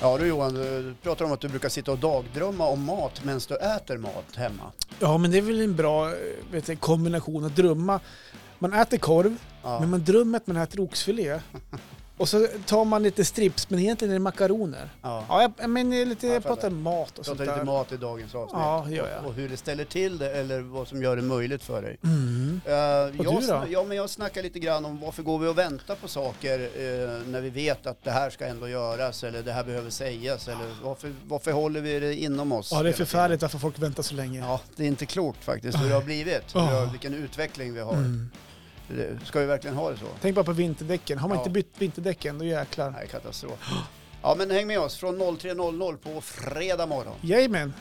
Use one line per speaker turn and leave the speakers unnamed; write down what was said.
Ja du Johan, du pratar om att du brukar sitta och dagdrömma om mat medan du äter mat hemma.
Ja, men det är väl en bra eh, vet du, kombination att drömma. Man äter korv,
Ja.
men man drömmer att man äter oxfilé. Och så tar man lite strips, men egentligen är det makaroner.
ja.
Ja, jag, jag men det är lite,
Ja,
jag
fattar.
pratar mat och sånt
Pratar lite
där.
mat i dagens avsnitt.
Ja, det gör jag.
Och hur det ställer till det eller vad som gör det möjligt för dig.
Mm.
Eh, jag,
då?
sn- Ja, men jag snackar lite grann om varför går vi och väntar på saker eh, när vi vet att det här ska ändå göras eller det här behöver sägas eller varför, varför håller vi det inom oss?
Ja, det är
hela tiden?
förfärligt varför folk väntar så länge.
Ja, det är inte klokt faktiskt hur det har blivit, hur det har, vilken utveckling vi har.
Mm.
Ska vi verkligen ha det så?
Tänk bara på vinterdäcken. Har man
Ja.
inte bytt vinterdäcken, då jäklar.
Nej, katastrof. Ja, men häng med oss från 03.00 på fredag morgon.
Jajamän.